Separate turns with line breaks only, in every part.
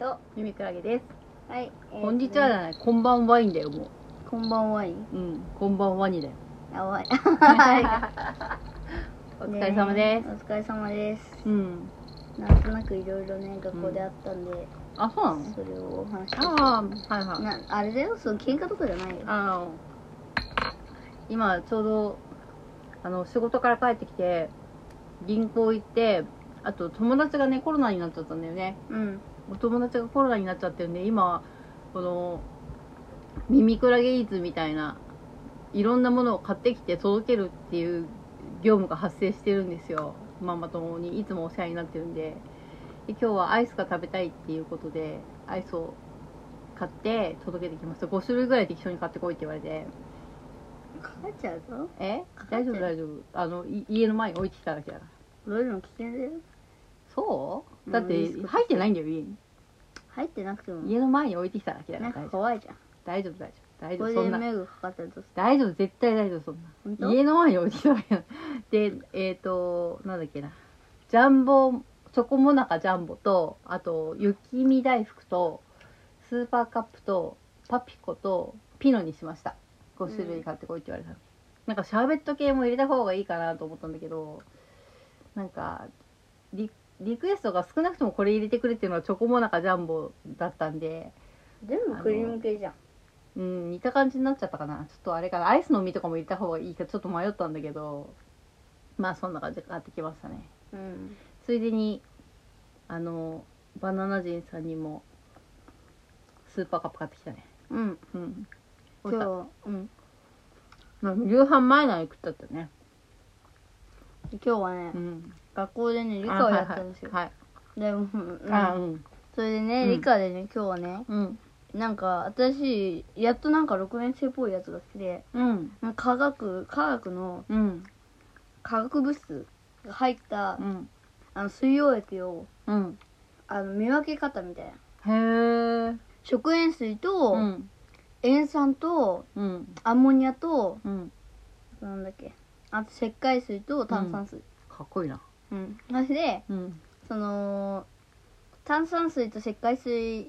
と
ゆみくらげです。
はい、えー
こんにちはじゃない、こんばんはいんだよ、も
こんばんはい。
う。うん、こんばんはにだよ。
やばい。は
お
い
疲れ様です。
ねお疲れ様です。
うん。
なんとなくいろいろね、学校であったんで、
あ、そうなの
それをお話しし
ああ、はいはい。
なあれだよ、その喧嘩とかじゃないよ。
あの、今ちょうど、あの、仕事から帰ってきて、銀行行って、あと友達がね、コロナになっちゃったんだよね。
うん。
お友達がコロナになっちゃってるんで今この耳クラゲイーツみたいないろんなものを買ってきて届けるっていう業務が発生してるんですよママ友にいつもお世話になってるんでで今日はアイスが食べたいっていうことでアイスを買って届けてきました5種類ぐらい適当に買ってこいって言われて
帰っちゃうぞ。
え大丈夫大丈夫あのい家の前に置いてきただけだから
どういうの危険だよ。
そうだって
うんいいっす
入ってないんだよ家に
入ってなくても、
家の前に置いてきただけだか
な
ら大
んか
丈夫
怖いじゃん。
大丈夫大丈夫大丈
こ
夫
れ
そん
で
な
迷惑かかったらどうす
大丈夫絶対大丈夫そんな
る本
家の前に置いてたわけ でえっ、となんだっけなジャンボチョコモナカジャンボとあと雪見大福とスーパーカップとパピコとピノにしました5種類買ってこいって言われたの、なんかシャーベット系も入れた方がいいかなと思ったんだけどなんかリリクエストが少なくともこれ入れてくれっていうのはチョコモナカジャンボだったんで
当全部クリーム系じゃん。
うん、似た感じになっちゃったかな。ちょっとあれかな。アイスの実とかも入れた方がいいか、ちょっと迷ったんだけど、まあそんな感じで買ってきましたね。
うん。
ついでに、あの、バナナ人さんにも、スーパーカップ買ってきたね。
うん。
うん。
今
今日、
日、うん。
うん夕飯前なのに食っちゃったね。
今日はね、
うん。
学校でね、理科をやったんですよ。
はい
でも、う
は
ん
い、はい。あ、うん。
それでね、
うん
理科でね、今日はね、
うん。
なんか私やっとなんか6年生っぽいやつが来て
うん。
科学科学の
うん。
化学物質が入った、
うん。
あの水溶液を
うん。
あの見分け方みたいな
へー。
食塩水と、
うん。
塩酸と
うん。
アンモニアと
うん。
なんだっけあと石灰水と炭酸水
かっこいいな。
うん、それで
うん。
その炭酸水と石灰水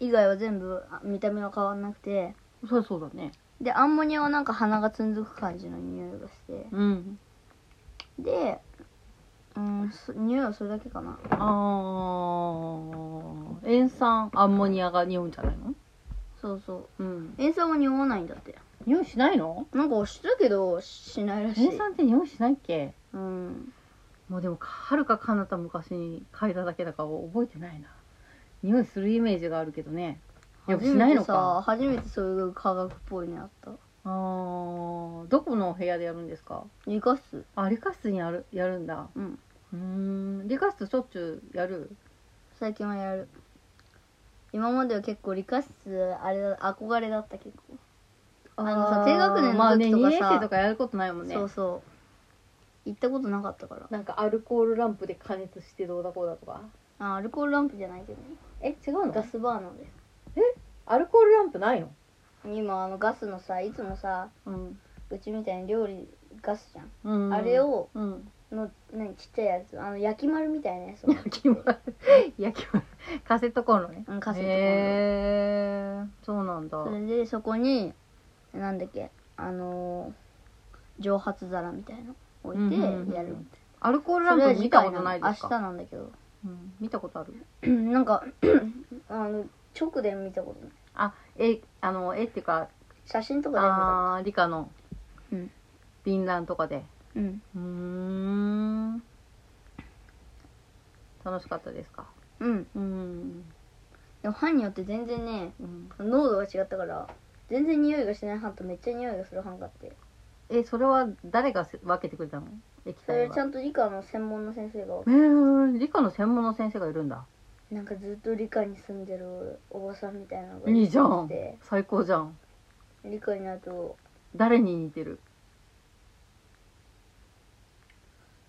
以外は全部あ見た目は変わんなくて
そりゃそうだね。
でアンモニアはなんか鼻がつんづく感じの匂いがして、
うん。
で、うん、そ匂いはそれだけかな。
あー塩酸アンモニアが匂うんじゃないの
そうそう。
うん
塩酸は匂わないんだって。
匂いしないの
なんか知ってたけど、しないらしい。
塩酸って匂いしないっけ
うん。
もうでもはるか彼方昔に嗅いだだけだから覚えてないな匂いするイメージがあるけどねよくしないのか
初めてさ、初めてそういう科学っぽいのあった。
あーどこのお部屋でやるんですか
理科室。
あ理科室にやるやるんだ
うん。
うーん理科室しょっちゅうやる
最近はやる。今までは結構理科室、あれだ、憧れだった結構。あのさ
ー
低学年の時とかさ
まあね2年生とかやることないもんね
そうそう。行ったことなかったから。
なんかアルコールランプで加熱してどうだこうだとか
あ、アルコールランプじゃないけどね。
え違うの
ガスバーナーで。
アルコールランプないの
今、あのガスのさ、いつもさ、
うん、
うちみたいに料理ガスじゃん。
うん、
あれを
うん
の何ちっちゃいやつあの焼き丸みたいなやつを
焼き丸 焼き丸カセットコンロね
うんカセットコンロ
へえそうなんだ
それでそこになんだっけあのー蒸発皿みたいなの置いて
うん
や
うんうんうん
る
アルコール
それ
ラ
は
ンプ
次
見た
回
ことないですか
明日なんだけど
うん、見たことある
なんかあの直で見たことない
あえあのえっていうか
写真とかで見たこ
あー理科の
うん
便覧とかで
とうん
うーん楽しかったですか
うん
うん
でも班によって全然ね
うん
濃度が違ったから全然匂いがしない班とめっちゃ匂いがする班があって
えそれは誰がせ分けてくれたの液
それ
体
はちゃ
は
んと理科の専門の先生が
えー、理科の専門の先生がいるんだ
なんかずっと理科に住んでるおばさんみたいなのが
いいじゃ
っ
ん
て
最高じゃん
理科になると
誰に似てる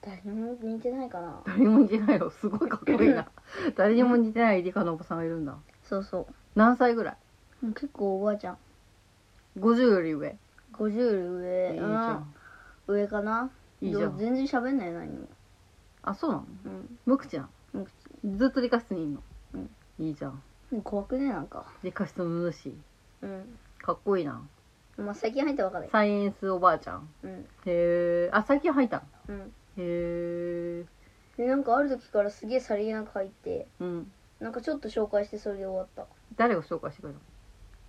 誰にも似てないかな
誰にも似てないよすごいかっこいいな誰にも似てない理科のおばさんがいるんだ
そうそ
何歳ぐらいう
結構おばあちゃん
50より上いい
50より
じ
上
ゃん
うん上かない
いじゃ
どうん全然喋んないよ何も
あそうなの
うん
無口なのずっと理科室にいんの
うん
いいじゃん
うん怖くねなんか
でカスタム主
うん
かっこいいな
まあ最近入ったばっかだよ
サイエンスおばあちゃん
うん
へえあ最近入ったの
うん
へえ
でなんかある時からすげえさりげなく入って
うん
なんかちょっと紹介してそれで終わった
誰が紹介してくれ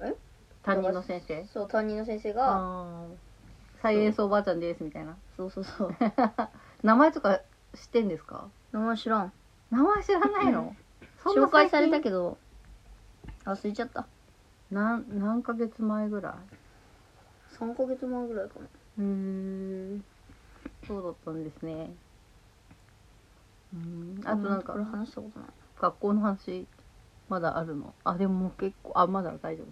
たの
え
担任の先生
そう担任の先生が
あーサイエンスおばあちゃんですみたいな
そうそうそう
名前とか知ってんですか
名前知らん
名前知らない のそんな
紹介された
ど
けど忘れちゃった
何何ヶ月前ぐら
3ヶ月前ぐらいかない
へえそうだったんですねうんあとなんか
これ話したことない
学校の話まだあるのあでももう結構あまだ大丈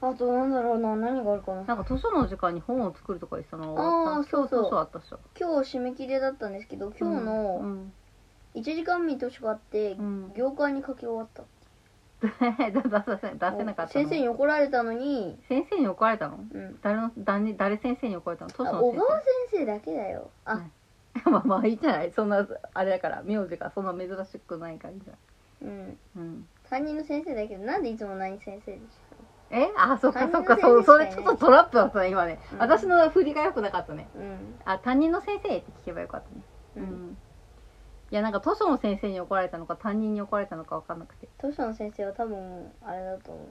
夫
あとなんだろうな何があるかな
なんか図書の時間に本を作るとか言ってたの
あーそうそう
そうあったっしょ
今日締め切りだったんですけど今日
う
の
ん
1時間見通しがあって
うん、
業界に書き終わった
出せ出せ出せなかったの
先生に怒られたのに、
先生に怒られたの
うん、
誰の誰に誰先生に怒られたの図書
あ
の
小
先
川先生だけだよあ、
はい生 まあまあいいじゃないそんなあれだから名字がそんな珍しくないからいいじゃない
うん
うん
担任の先生だけどなんでいつも何先生でし
えあそっかそっか
担任
そ
の先生
うそれ
し
ち
か
ょっ
いない
とトラップだったね今ね、
うん
私の振りが良くなかったね
たうん
あ担任の先生って聞けばよかったね
う
うんん、いやなんか図書の先生に怒られたのか担任に怒られたのか分かんなくて
図書の先生は多分あれだと思う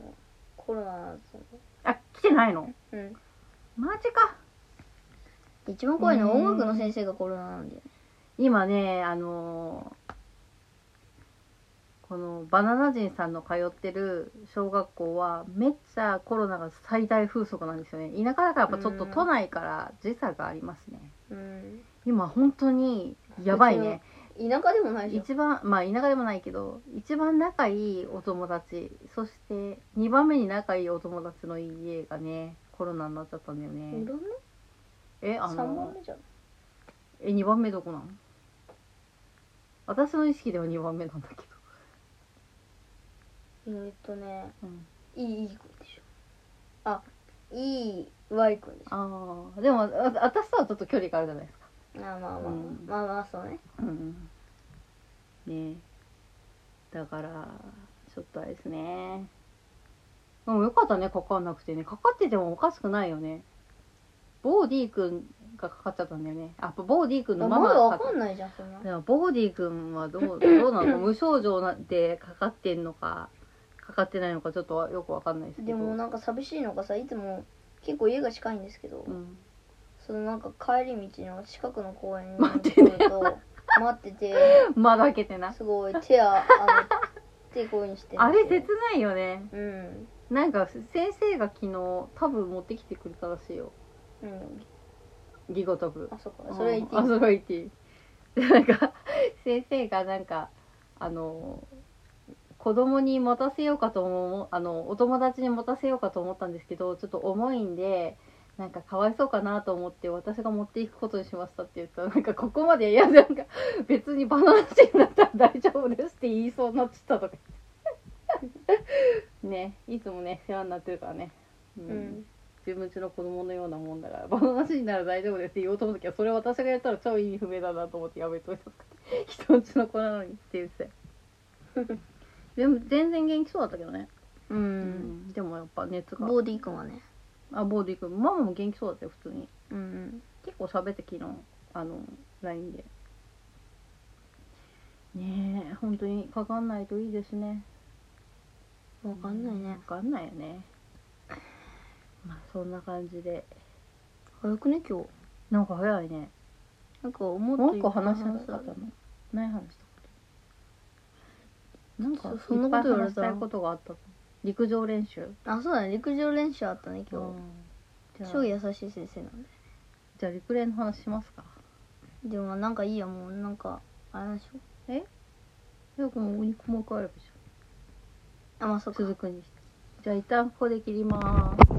コロナだと思
あ来てないの
ううん
マジか
一番怖いのは
うん
音楽の先生がコロナなんだよね
今ねあのーこのバナナ人さんの通ってる小学校はめっちゃコロナが最大風速なんですよね田舎だからやっぱちょっと
うん
都内から時差がありますね
うん
今本当にやばいね
田舎でもないじゃん
一番まあ田舎でもないけど一番仲いいお友達そして2番目に仲いいお友達の家がねコロナになっちゃったんだよ
2
ね
番
え
目
あ
?3
の
番目じゃん
え2番目どこなの私の意識では2番目なんだけど、
えーっとね
うん、
いい君でしょあいい Y 君でしょ
ああでもあ私とはちょっと距離があるじゃないですか
あまあまあ、
うん
まあまあそうね
うんねえだからちょっとあれですねでもよかったねかかんなくてねかかっててもおかしくないよねボーディーくんがかかっちゃったんだよねあボーディーくんの
ま
マ
ま
マ
だ
が
わ
かか
か
っ
んないじゃんそんな
でもボーディーくんはど うどうなの無症状なでかかってんのかかかってないのかちょっとはよくわかんないですけど
でもなんか寂しいのがさいつも結構家が近いんですけど、
うん、
そのなんか帰り道の近くの公園に
待っ
来
てね
ると 待ってて
窓開けてな
すごい手ああの手こういうふうにして
あれ
て
切ないよね
うん
なんか先生が昨日多分持ってきてくれたらしいよ
うん
ギゴトブ
あそっかそれ言っていい
あそれ言っていいでなんか先生がなんかあの子供に持たせようかと思うあのお友達に持たせようかと思ったんですけどちょっと重いんでなんかかわいそうかなと思って私が持っていくことにしましたって言ったらなんかここまでいやなんか別にバナナ人だったら大丈夫ですって言いそうになっちゃったとか言ってねいつもね世話になってるからね
うん
自分ちの子供のようなもんだからバナナ人なら大丈夫ですって言おうと思ったけどそれ私がやったら超意味不明だなと思ってやめといた人んちの子なのにって言ってたよでも全然元気そうだったけどね、
う
うんでもやっぱ熱が
ボーディー君はね
あボーディ君ママも元気そうだったよ普通に
うん
結構喋って昨日あの LINE でねえ本当にかかんないといいですね
わかんないね
わかんないよねまあそんな感じで
早くね今日
なんか早いね
なんか思
もう
い
一
っ
個
ぱい
話したかった
話
の何話したことなんか
そそんなこと
いっぱい
言われ
話したた
ら
いことがあったの陸上練習
あそうだね陸上練習あったね今
今日
日
じゃ
超
あ
優しい先生なんで
じゃあ陸練の話しますか
でもなんかいいやもうなんかあれなんでしょ
よくもお肉もう一回あればいいじ
あまあ
ゃ
そうんか
続くにしてじゃあ一旦ここで切ります